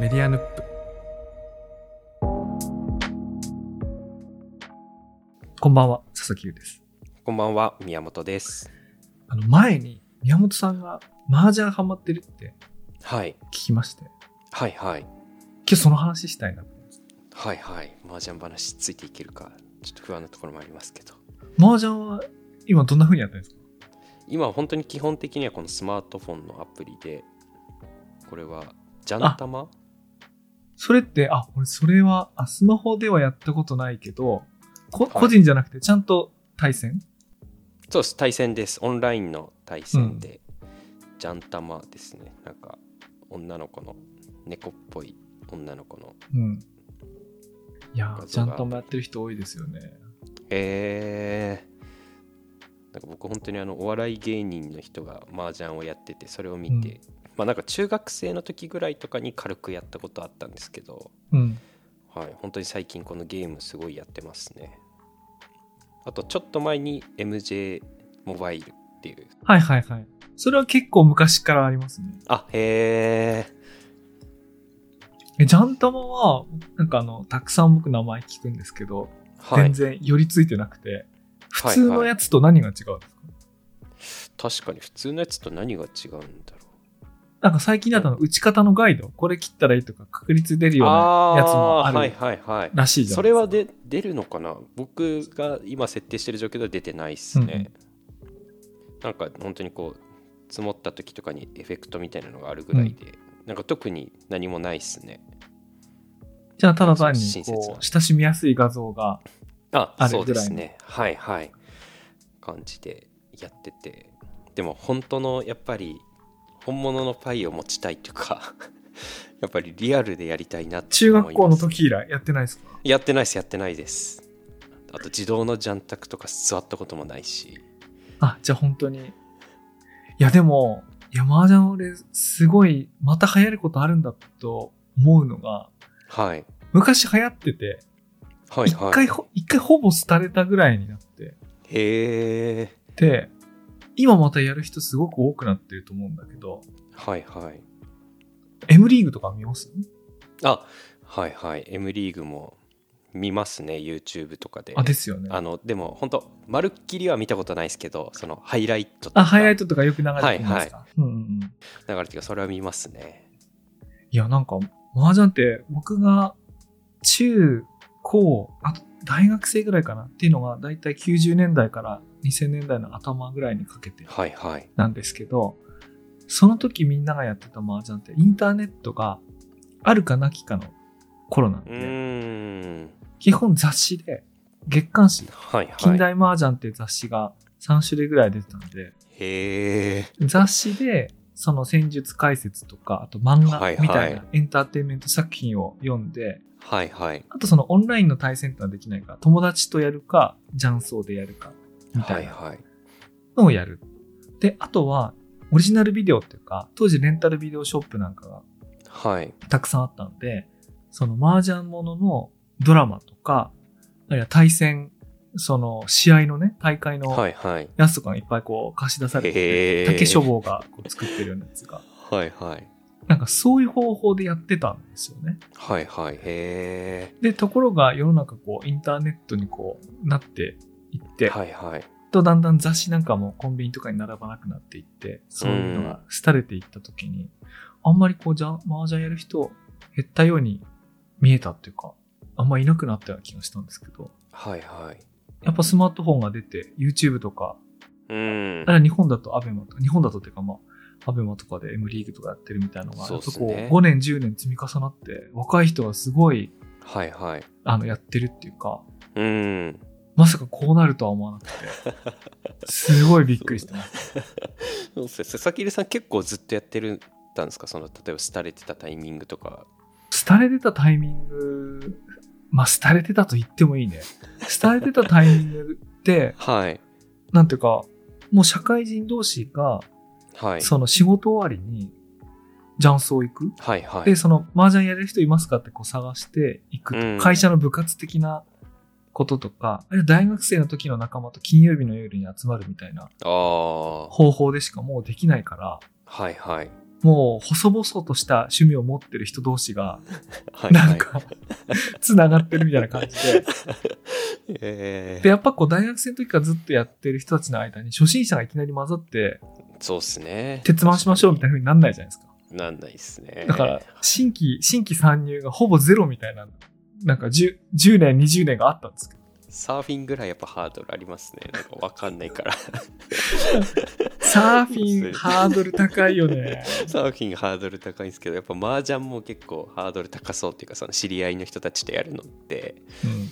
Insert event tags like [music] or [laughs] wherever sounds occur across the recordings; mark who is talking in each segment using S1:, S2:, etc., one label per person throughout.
S1: メディアヌップこんばんは佐々木優です
S2: こんばんは、宮本です。
S1: あの前に宮本さんが麻雀ハマってるって
S2: はい、
S1: 聞きまして今
S2: はい、はい、
S1: 日その話したいな
S2: はい、はい、麻雀話ついていけるか、ちょっと不安なところもありますけど。
S1: 麻雀は今どんな風にやってるんですか
S2: 今、本当に基本的にはこのスマートフォンのアプリで、これは、ジャンタマ
S1: それってあ俺それはあスマホではやったことないけどこ、
S2: い
S1: 個人じゃなくてちゃんと対戦
S2: そうです、対戦です。オンラインの対戦で、ジャンタマですね。なんか、女の子の、猫っぽい女の子の。
S1: うんいやー
S2: 画
S1: ちゃ
S2: 像が
S1: んともやってる人多いですよね
S2: えー、なんか僕本当にあのお笑い芸人の人が麻雀をやっててそれを見て、
S1: うん
S2: まあなんか中学生の時ぐらいとかに軽くやったことあったんですけど、
S1: うん
S2: はい、本当に最近このゲームすごいやってますねあとちょっと前に MJ モバイルっていう
S1: はいはいはいそれは結構昔からありますね
S2: あへえ
S1: え、ジャンタマは、なんかあの、たくさん僕名前聞くんですけど、
S2: はい
S1: 全然寄りついてなくて、普通
S2: はい
S1: の
S2: はい
S1: やつと何が違うんですか、
S2: 確かに普通のやつと何が違うんだろ
S1: なんか最近だとあの打ち方のガイド、これ切ったらいいとか確率出る
S2: う
S1: ようなやつも
S2: ー
S1: あ
S2: はい
S1: る
S2: はいはい
S1: らしいじゃ
S2: そ
S1: ないで
S2: れ
S1: すか。
S2: はで出るのかな僕が今設定してる状況では出てないっすね、なんか本当にこう積もった時とかにエフェクトみたいなのがあるぐらいで、なんか特に何もないっすね
S1: じゃあただ単に
S2: 親切
S1: こ
S2: な
S1: う、親しみやすい画像が、
S2: あ
S1: ある
S2: そうです
S1: ぐら
S2: ねはいはい感じでやっててでも本当のやっぱり本物のパイを持ちたいというか [laughs] やっぱりリアルでやりたいなって
S1: 中
S2: 思います
S1: 学校の時以来やってないですか
S2: やってないですやってないですあと自動のジャンタクとか座ったこともないし
S1: あ、じゃあ本当に。いやでも、いや、麻雀俺、すごい、また流行ることあるんだと思うのが、
S2: はい
S1: 昔流行ってて、
S2: はい
S1: 一、
S2: はい
S1: 回ほ、一回ほぼ廃れたぐらいになって、
S2: へえ
S1: で、今またやる人すごく多くなってると思うんだけど、
S2: はいはい
S1: M リーグとか見ます
S2: あはいはい M リーグも見ますね YouTube とかで
S1: あ、
S2: あ
S1: ですよね。
S2: のでも本当まるっきりは見たことないですけどそのハイライトとか
S1: あ、ハイライトとかよく流れてるんですか、うんうんうん。
S2: 流れてるそれは見ますね
S1: いや、なんか、麻雀って僕が中、高、あと大学生ぐらいかなっていうのが、だいたい90年代から2000年代の頭ぐらいにかけて
S2: はいはい
S1: なんですけど、その時みんながやってた麻雀ってインターネットがあるかなきかの頃なん
S2: う
S1: で、
S2: ーん
S1: 基本雑誌で月刊誌
S2: はいはい
S1: 近代麻雀っていう雑誌が3種類ぐらい出てたんで、
S2: へえ
S1: 雑誌でその戦術解説とか、あと漫画
S2: はいはい
S1: みたいなエンターテインメント作品を読んで、
S2: はいはい
S1: あとそのオンラインの対戦ってのはできないから、友達とやるか、雀荘でやるか、みた
S2: はいい
S1: な
S2: はい
S1: のをやる。で、あとは、オリジナルビデオっていうか、当時レンタルビデオショップなんかが
S2: はい
S1: たくさんあったんで、その麻雀もののドラマとか、あるいは対戦、その試合のね、大会の
S2: はいはい
S1: やつとかがいっぱいこう貸し出されて
S2: へ
S1: て、
S2: ー
S1: 竹書房がこう作ってるようなやつが。
S2: はいはい
S1: なんかそういう方法でやってたんですよね。
S2: はいはいへえ
S1: で、ところが世の中こうインターネットにこうなっていって、
S2: はいはい
S1: とだんだん雑誌なんかもコンビニとかに並ばなくなっていって、そういうのが廃れていった時に、あんまりこうじゃ、麻雀やる人減ったように見えたっていうか、あんまいなくなったような気がしたんですけど、
S2: はいはい
S1: やっぱスマートフォンが出て、YouTube とか、
S2: うん
S1: あれは日本だとアベマとか、日本だとっていうかまあ、アベマとかで M リーグとかやってるみたいなのが、
S2: そうっすね
S1: やっぱこう5年10年積み重なって、若い人はすごい、
S2: はいはい
S1: あの、やってるっていうか、
S2: うん
S1: まさかこうなるとは思わなくて、すごいびっくりしてます。
S2: そうですね佐々木入さん結構ずっとやってるたんですかその例えば廃れてたタイミングとか
S1: 廃れてたタイミング、まあ、廃れてたと言ってもいいね。廃れてたタイミングって、
S2: はい
S1: なんていうか、もう社会人同士が、
S2: はい
S1: その仕事終わりに、雀荘行く
S2: はいはい
S1: で、その、麻雀やれる人いますかってこう探していくと、
S2: うん
S1: 会社の部活的なこととか、あるいは大学生の時の仲間と金曜日の夜に集まるみたいな
S2: ああ
S1: 方法でしかもうできないから、
S2: はいはい
S1: もう細々とした趣味を持ってる人同士が、
S2: はいは
S1: なん
S2: い。 [laughs]
S1: か、つながってるみたいな感じで。
S2: え
S1: で、
S2: ー、
S1: やっぱこう大学生の時からずっとやってる人たちの間に初心者がいきなり混ざって、
S2: そうっすね。
S1: 鉄腕しましょうみたいな風になんないじゃないですか。
S2: なんないっすね。
S1: だから、新規、新規参入がほぼゼロみたいな、なんか 10, 10年、20年があったんですけど、
S2: サーフィンぐらいやっぱハードルありますね。なんかわかんないから。 [laughs]
S1: サーフィンハードル高いよ
S2: [laughs]
S1: ね。
S2: サーフィンハードル高いんですけど、やっぱ麻雀も結構ハードル高そうっていうか、その知り合いの人たちとやるのって、
S1: うん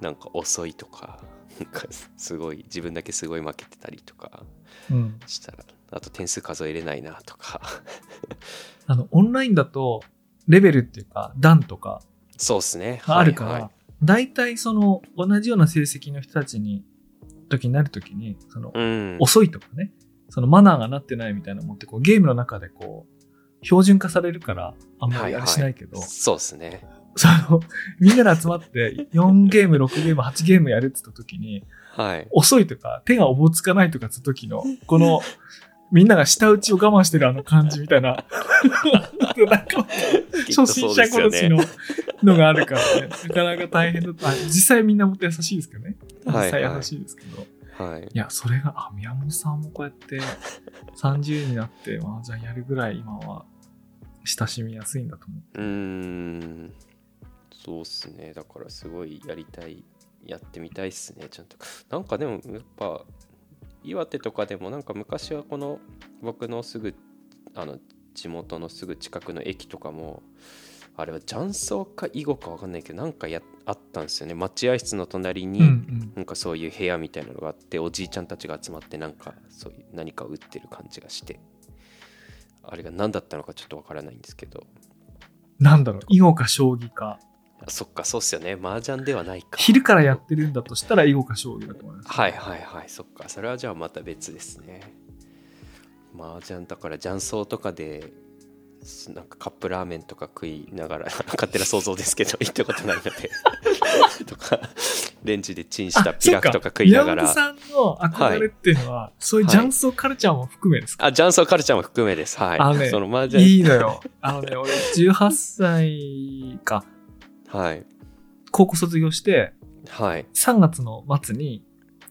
S2: なんか遅いとか、なんかすごい、自分だけすごい負けてたりとか
S1: うん、
S2: したら、あと点数数えれないなとか。 [laughs]
S1: あの、オンラインだと、レベルっていうか、段とか
S2: そうっすね。
S1: があるから、
S2: はいはい
S1: 大体その、同じような成績の人たちに、時になるときに、その、
S2: うん。
S1: 遅いとかね、そのマナーがなってないみたいなのもって、こう、ゲームの中でこう、標準化されるから、あんまりあれしないけど、
S2: そうっすね。
S1: その、みんなで集まって、4ゲーム、6ゲーム、8ゲームやるって言ったときに、
S2: はい。
S1: 遅いとか、手がおぼつかないとかって時の、この、みんなが舌打ちを我慢してるあの感じみたい
S2: [laughs]
S1: な、なんか、初心者
S2: きっとそう
S1: 殺
S2: です
S1: し
S2: よね
S1: ののがあるからね、なかなか大変だった。あ実際みんなもっと優しいですけどね。実
S2: はい
S1: 際優しいですけど。い
S2: はい。
S1: や、それが、あ、宮本さんもこうやって30になって麻雀やるぐらい今は親しみやすいんだと思う。
S2: うーんそうっすねだからすごいやりたいやってみたいっすねちゃんとなんかでもやっぱ岩手とかでもなんか昔はこの僕のすぐあの地元のすぐ近くの駅とかもあれは雀荘か囲碁かわかんないけどなんかやあったんですよね待合室の隣に、
S1: うんうん。
S2: なんかそういう部屋みたいなのがあっておじいちゃんたちが集まってなんかそういう何かを打ってる感じがしてあれが何だったのかちょっとわからないんですけど
S1: なんだろう、囲碁か将棋か。
S2: あそっか、そうっすよね。麻雀ではないか。
S1: 昼からやってるんだとしたら囲碁か将棋だと思います。
S2: はいはいはい、そっか。それはじゃあまた別ですね。麻雀だから雀荘とかで、すなんかカップラーメンとか食いながら、 [laughs] 勝手な想像ですけど、行ったこ
S1: [laughs]
S2: とないので。とか、レンジでチンしたピラフとか食いなが
S1: あ
S2: ら。
S1: そうか宮本さんの憧れっていうのは、そういう雀荘カルチャーも含めですか、
S2: あ、雀荘カルチャーも含めです。はい。
S1: あのね
S2: その麻
S1: い、
S2: 雀、
S1: いのよ。あのね、俺18歳か、
S2: はい。
S1: 高校卒業して、
S2: はい。
S1: 3月の末に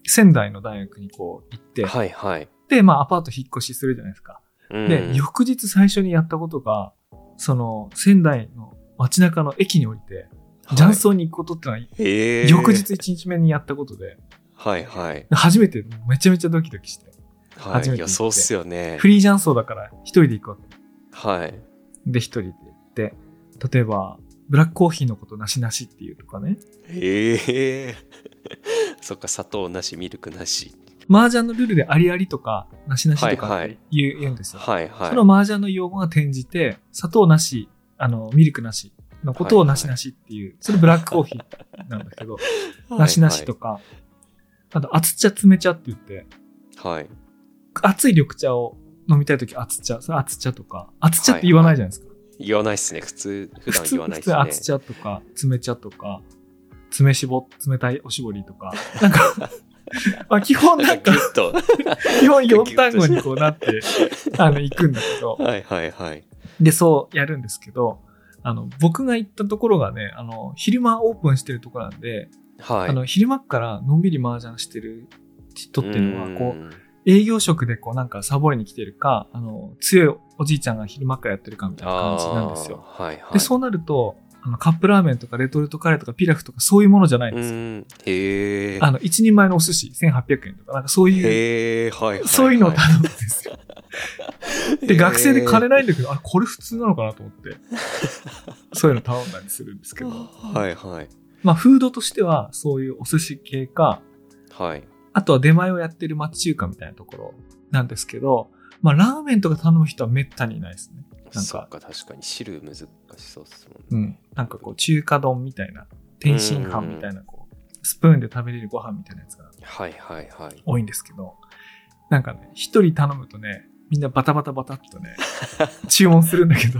S1: 仙台の大学にこう行って、
S2: はいはい。
S1: で、まあアパート引っ越しするじゃないですか。
S2: うん
S1: で、翌日最初にやったことが、その仙台の街中の駅に降りて、雀荘に行くことってのは、
S2: はいへー
S1: 翌日1日目にやったことで、
S2: はいはい。
S1: 初めてめちゃめちゃドキドキして、
S2: は
S1: 初めて行っ
S2: い。
S1: て
S2: いや、そうっすよね
S1: フ。リー雀荘だから一人で行くわけ。
S2: はい。
S1: で、一人で行って、例えば、ブラックコーヒーのことなしなしっていうとかね。
S2: ええ [laughs] そっか砂糖なしミルクなし
S1: 麻雀のルールでありありとか、なしなしとか
S2: は
S1: っ
S2: いは
S1: て
S2: い
S1: 言う,、言うんですよ。
S2: はいはい
S1: その麻雀の用語が転じて、砂糖なし、あの、ミルクなしのことをなしなしっていう、それブラックコーヒーなんだけど、なしなしと
S2: か
S1: か、あと、熱茶冷茶って言って、
S2: はい
S1: 熱い緑茶を飲みたいとき熱茶、それ熱茶とか、熱茶って言わないじゃないですか。
S2: 言わないっすね普通普段
S1: 普通
S2: 言わないっ
S1: 普通熱
S2: すね
S1: 茶とか、冷茶とか、冷しぼ、冷たいおしぼりと
S2: [laughs]
S1: か、なんか、まあ基本な
S2: なんんか
S1: か
S2: ギ、ュッと [laughs]
S1: 基本4単語にこうなって、あの、行くんだけど、
S2: はいはいはい
S1: で、そうやるんですけど、あの、僕が行ったところがね、あの、昼間オープンしてるところなんで、
S2: はい
S1: あの、昼間っからのんびり麻雀してる人っていうのは、こう、
S2: う
S1: 営業職でこうなんかサボりに来てるか、あの、強いおじいちゃんが昼間っからやってるかみたいな感じなんですよ。
S2: あーはいはい
S1: で、そうなると、あの、カップラーメンとかレトルトカレーとかピラフとかそういうものじゃないん
S2: う
S1: ですよ。
S2: んへえ
S1: あの、一人前のお寿司1800円とか、なんかそういう、
S2: へえはいはい
S1: そういうのを
S2: は
S1: 頼むんですよ。
S2: い
S1: で、学生で金ないん
S2: で
S1: だけど、あ、これ普通なのかなと思って、そういうの頼んだりするんですけど。
S2: [laughs] はいはい
S1: まあ、フードとしては、そういうお寿司系か、
S2: はい
S1: あとは出前をやってる町中華みたいなところなんですけど、まあ、ラーメンとか頼む人はめったにいないですね。か
S2: そっか確かに汁難しそうっすもんね
S1: うん。なんかこう、中華丼みたいな、天津飯みたいな、こう、スプーンで食べれるご飯みたいなやつが
S2: はいはいはい
S1: 多いんですけど、なんかね、一人頼むとね、みんなバタバタバタっと
S2: [laughs]
S1: ね、注文するんだけど、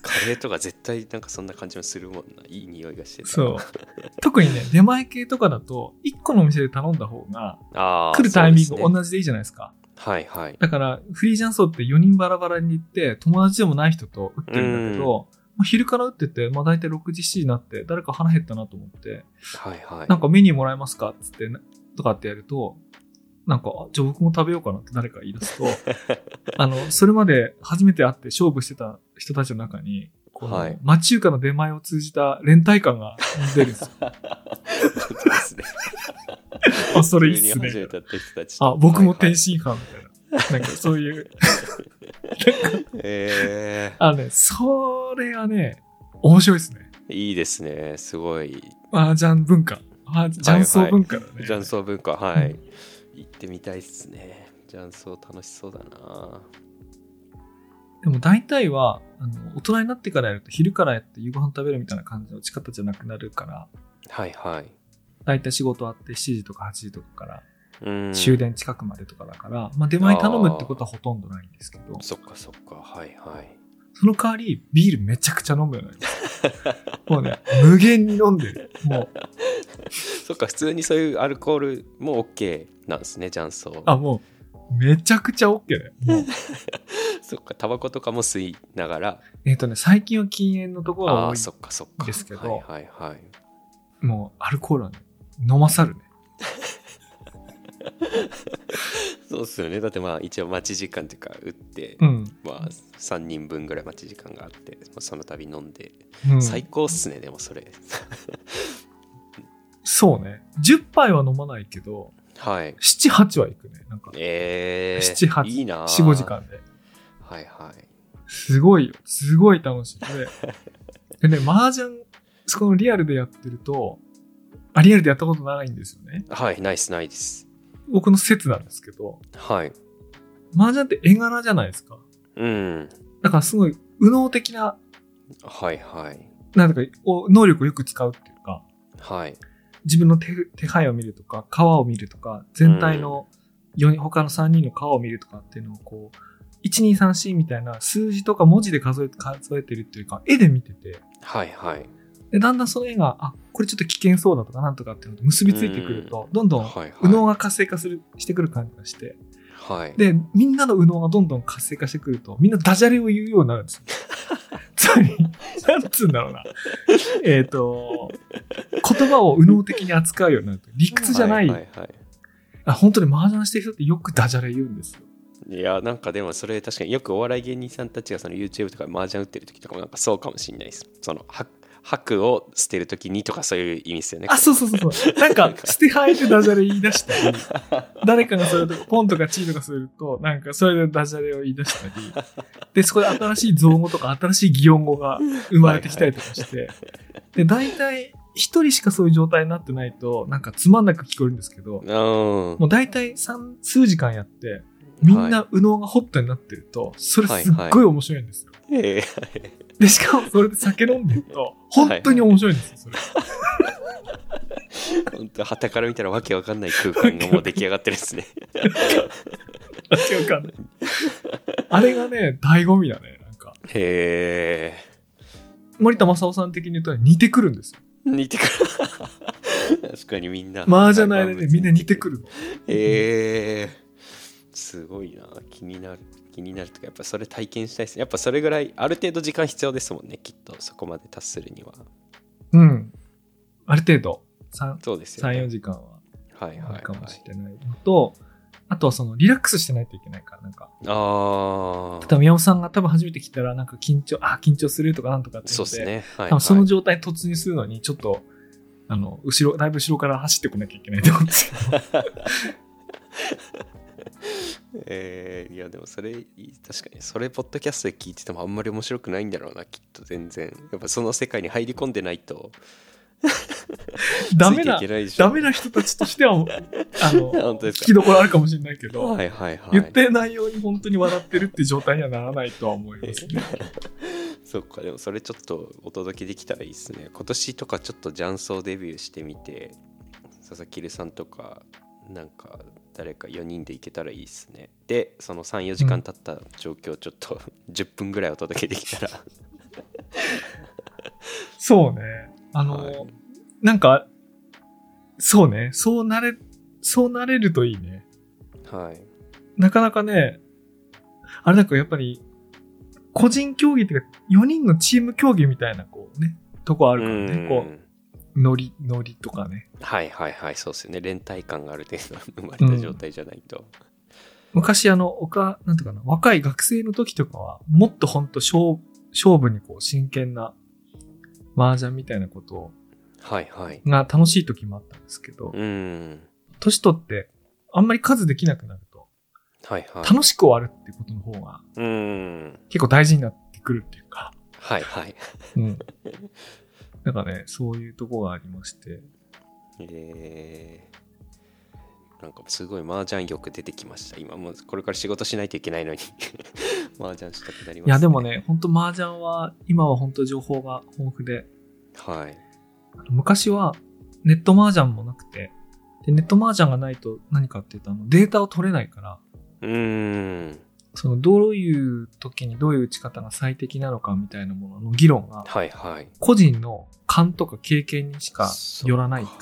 S2: カレーとか絶対なんかそんな感じもするもんないい匂いがしてた
S1: そう。特にね、出前系とかだと、一個のお店で頼んだ方が、
S2: あー
S1: 来るタイミン
S2: そう
S1: グ
S2: ですね
S1: 同じでいいじゃないですか。
S2: はいはい。
S1: だから、フリージャンソーって4人バラバラに行って、友達でもない人と打ってるんだけど、まあ、昼から打ってて、まあ、大体6時、7時になって、誰か腹減ったなと思って、
S2: はいはい。
S1: なんかメニューもらえますかっつって、なとかってやると、なんか、あじゃあ僕も食べようかなって誰か言い出
S2: [laughs]
S1: すと、あの、それまで初めて会って勝負してた人たちの中に、この
S2: はい
S1: 町中華の出前を通じた連帯感が出るんですよ。
S2: [laughs] そうですね。
S1: あ、それいいっす
S2: 急に始め
S1: ね。
S2: たって人たち
S1: [laughs]
S2: と。
S1: あ、僕も
S2: はいは
S1: 天
S2: い
S1: 津飯みたいな。なんかそういう、
S2: え
S1: あのね、それはね、面白いですね。
S2: ーいいですね。すごい。
S1: 麻雀文化。麻雀層文化だね。
S2: 雀荘文化、は
S1: う
S2: い。行ってみたいですね。雀荘楽しそうだな。
S1: でも大体は、あの、大人になってからやると昼からやって夕ご飯食べるみたいな感じの打ち方じゃなくなるから、
S2: はいはい。
S1: 大体仕事終わって7時とか8時とかから、
S2: うん。
S1: 終電近くまでとかだから、まあ出前頼むってことはほとんどないんですけど、
S2: そっかそっか。はいはい。
S1: その代わりビールめちゃくちゃ飲むようになります。
S2: [laughs]
S1: もうね、無限に飲んでる。もう、
S2: そっか、普通にそういうアルコールも OK なんですね、雀荘。
S1: あ、もう、めちゃくちゃ OK だよ。もう、
S2: そっか、タバコとかも吸いながら。
S1: えっ、とね、最近は禁煙のところが
S2: あ
S1: 多
S2: あ、
S1: い
S2: そっかそっか。
S1: ですけど
S2: はいはいはい。
S1: もうアルコールは、ね、飲まさるね。
S2: そうですよね。だってまあ一応待ち時間というか打って、
S1: うん。
S2: まあ3人分ぐらい待ち時間があって、まあ、その度飲んで、
S1: うん、
S2: 最高っすね、でもそれ。
S1: そうね。10杯は飲まないけど、
S2: はい。
S1: 7、8は行くね。なんか、
S2: えー、
S1: 7、8、
S2: いいな
S1: 4、5時。間で。
S2: はいはい。
S1: すごいよ。すごい楽しい。で、でね、麻雀、そこのリアルでやってると、あ、リアルでやったことないんですよね。
S2: はい、ナイスナイス。
S1: 僕の説なんですけど、
S2: はい。
S1: 麻雀って絵柄じゃないですか。
S2: うん。
S1: だからすごい、右脳的な、
S2: はいはい。
S1: なんていうか、お能力をよく使うっていうか、
S2: はい。
S1: 自分の手手配を見るとか、川を見るとか、全体の4人、他の3人の川を見るとかっていうのをこう、1234みたいな数字とか文字で数え数えてるっていうか、絵で見てて、
S2: はいはい。
S1: でだんだんその絵が、あ、これちょっと危険そうだとかなんとかっていうのと結びついてくると、どんどん
S2: はいはい
S1: 右脳が活性化する、してくる感じがして、
S2: はい。
S1: で、みんなの右脳がどんどん活性化してくると、みんなダジャレを言うようになるん
S2: [laughs]
S1: ですよ。つまり、なんつうんだろうな。えっ、と、言葉を右脳的に扱うようになると。理屈じゃない。
S2: はいはいはい
S1: あ本当に麻雀してる人ってよくダジャレ言うんですよ。
S2: いやなんかでもそれ確かによくお笑い芸人さんたちがその YouTube とか麻雀打ってる時とかもなんかそうかもしれないです。そのは白を捨てる時にとかそういう意味ですよね。
S1: あ、そうそうそうそう。なんか、捨て生えてダジャレ言い出した [laughs] り、誰かがそれとポンとかチーとかすると、なんかそれでダジャレを言い出したり、で、そこで新しい造語とか新しい擬音語が生まれてきたりとかして、で、大体、一人しかそういう状態になってないと、なんかつまんなく聞こえるんですけど、
S2: うん。
S1: もう大体三数時間やって、みん
S2: は
S1: な右脳がホットになってると、それすっごい面白いんですよ。
S2: い、え
S1: で、しかもそれで酒飲んでると、本当に面白いんですよ、それ。
S2: ー、本当旗から見たらわけわかんない空間がもう出来上がってるんですね。
S1: [laughs] 違うかんない。あれがね、醍醐味だね。なんか、
S2: へえ
S1: 森田正夫さん的に言うと似てくるんですよ。
S2: ー、似てくる。確かにみんな。
S1: 麻雀の間でみんな似てく
S2: る。
S1: るの。
S2: へえー、すごいな気になる。気になるとかやっぱそれ体験したいですねやっぱそれぐらいある程度時間必要ですもんねきっとそこまで達するには
S1: うん。ある程度、3、
S2: そうですよ、ね、
S1: 3 4時間は
S2: はいはい、
S1: あ
S2: は
S1: る
S2: い、
S1: かもしれないのと、あとはその、リラックスしてないといけないから、なんか、
S2: あ
S1: 多
S2: あ
S1: 分宮本さんが多分初めて来たら、なんか緊張、あ、緊張するとかなんとかって
S2: そ
S1: 言っ
S2: うで
S1: て、
S2: すねはい、
S1: 多分
S2: はい、
S1: その状態突入するのに、ちょっと、あの、後ろ、だいぶ後ろから走ってこなきゃいけないと思うん
S2: [laughs]
S1: ですけど。
S2: えーいやでもそれいい確かにそれポッドキャストで聞いててもあんまり面白くないんだろうなきっと全然やっぱその世界に入り込んでないと
S1: ダメな
S2: ついていけ、ないでしょ
S1: ダメな人たちと
S2: [laughs]
S1: しては、あの、
S2: 本当
S1: 聞
S2: です
S1: きどころあるかもしれないけ
S2: か
S1: ど、
S2: はいはいはい
S1: 言ってる内容に本当に笑ってるって状態にはならないとは思いますね。
S2: そっかでもそれちょっとお届けできたらいいですね今年とかちょっと雀荘デビューしてみて佐々木留さんとかなんか誰か4人で行けたらいいですねでその34時間経った状況をちょっと [laughs] 10分ぐらいお届けできたら
S1: そうね。あの、
S2: はい
S1: なんか、そうね。そうなれ、そうなれるといいね。
S2: はい。
S1: なかなかね、あれなんかやっぱり、個人競技っていうか、4人のチーム競技みたいな、こうね、とこあるからね、こ
S2: うん
S1: う、ノリ、ノリとかね。
S2: はいはいはい、そうですよね。連帯感がある程度生まれた状態じゃないと。
S1: 昔あの、おか、なんていうかな、若い学生の時とかは、もっとほんと勝、勝負にこう、真剣な、麻雀みたいなこと
S2: はいはい。
S1: が楽しい時もあったんですけど、
S2: うん。
S1: 年取って、あんまり数できなくなると、
S2: はいはい。
S1: 楽しく終わるってことの方が、
S2: うん。
S1: 結構大事になってくるっていうか、
S2: はいはい。
S1: うん。なんかね、そういうとこがありまして、
S2: えー、なんかすごい麻雀欲出てきました。今もうこれから仕事しないといけないのに [laughs] 麻雀したくなります、
S1: いやでも。ね、本当麻雀は、今は本当情報が豊富で、
S2: はい。
S1: 昔はネット麻雀もなくて、でネット麻雀がないと何かっていうとあのデータを取れないから、
S2: うん。
S1: そのどういう時にどういう打ち方が最適なのかみたいなものの議論が、
S2: はいはい。
S1: 個人の勘とか経験にしかよらないか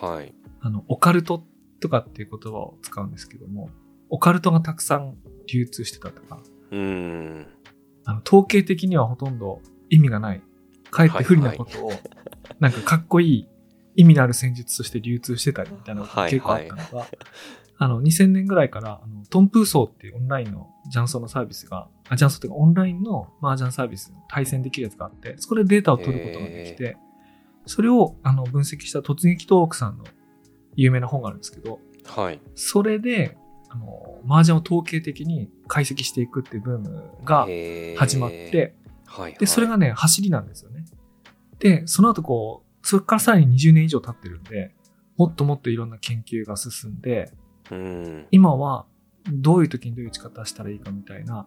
S1: ら、
S2: はい。
S1: あの、オカルトとかっていう言葉を使うんですけども、オカルトがたくさん流通してたとか、
S2: うん。
S1: あの統計的にはほとんど意味がない。かえって不利なことを、なんかかっこいい意味のある戦術として流通してたりみたいなことが結構あったのが、あの、2000年ぐらいから、あのトンプーソーっていうオンラインのジャンソーのサービスが、あジャンソーっていうかオンラインの麻雀サービスの対戦できるやつがあって、そこでデータを取ることができて、それをあの分析した突撃トークさんの有名な本があるんですけど、
S2: はい。
S1: それで、あの、麻雀を統計的に解析していくっていうブームが
S2: へー
S1: 始まって、、
S2: はいはい、
S1: で、それがね、走りなんですよね。で、その後こう、それからさらに20年以上経ってるんで、もっともっといろんな研究が進んで、
S2: うん。
S1: 今はどういう時にどういう打ち方したらいいかみたいな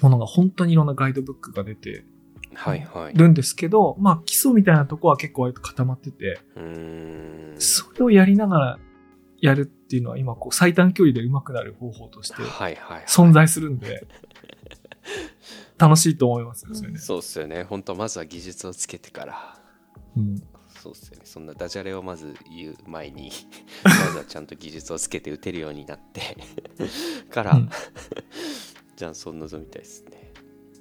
S1: ものが本当にいろんなガイドブックが出て
S2: はいはい。
S1: るんですけど、まあ基礎みたいなとこは結構割と固まってて、
S2: うん。
S1: それをやりながらやるっていうのは今こう最短距離で上手くなる方法
S2: [laughs]
S1: として
S2: はいはい。
S1: 存在するん
S2: [laughs]
S1: で、楽しいと思いますよそれね。
S2: そうっすよね。本当まずは技術をつけてから。
S1: うん
S2: そうっすよね。そんなダジャレをまず言う前
S1: [laughs]
S2: に、まずはちゃんと技術をつけて打てるようになって [laughs] から、
S1: うん
S2: [laughs] じゃあそう臨みたいですね。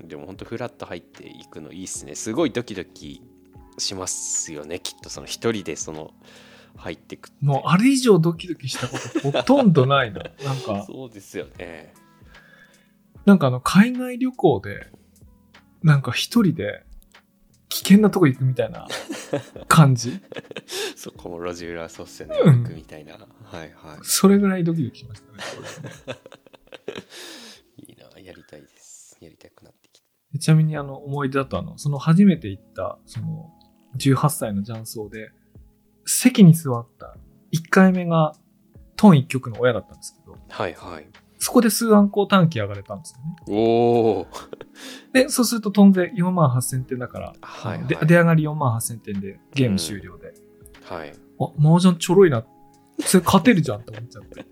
S2: でも本当フラッと入っていくのいいっすね。すごいドキドキしますよね。きっとその一人でその入ってくって
S1: もうあれ以上ドキドキしたことほとんどないな。なんか、
S2: [laughs] そうですよね。
S1: なんかあの、海外旅行で、なんか一人で危険なとこ行くみた
S2: [laughs]
S1: いな感じ。
S2: そこも路地裏そうっすよね。
S1: うん
S2: 行くみたいな。はいは
S1: それぐらいドキドキしましたね。
S2: い。いいな。やりたいです。やりたくなってき
S1: でちなみにあの、思い出だとあの、その初めて行った、その、18歳の雀荘で、席に座った、1回目が、トン一曲の親だったんですけど、
S2: た。はいはい。
S1: そこで数暗光短期上がれたんですよね。
S2: おお。
S1: で、そうするとトンで4万8000点だから、
S2: はいはい
S1: で出上がり4万8000点でゲーム終了で、
S2: はい。
S1: あ、麻雀ちょろいな。それ勝てるじゃんって思っちゃっ
S2: [laughs]
S1: て。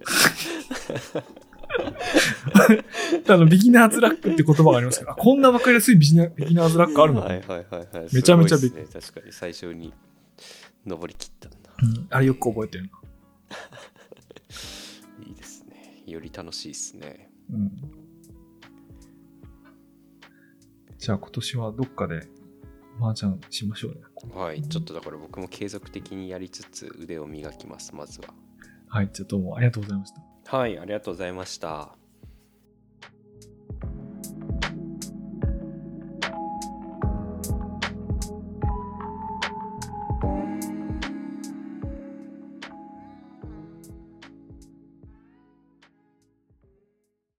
S1: あの、ビギナーズラックって言葉がありますけど、あこんなわかりやすいビギナービギナーズラックあるの、
S2: はいはいはいはい。
S1: めちゃめちゃ
S2: す
S1: びっ
S2: ごいっすね。確かに最初に登り切ったんだ。
S1: うんあれよく覚えてるな。
S2: いいですね。より楽しいですね。
S1: うんじゃあ今年はどっかで麻雀しましょうね。
S2: はい。ちょっとだから僕も継続的にやりつつ腕を磨きます、まずは。
S1: はい、じゃあどうもありがとうございました。
S2: はい、ありがとうございました。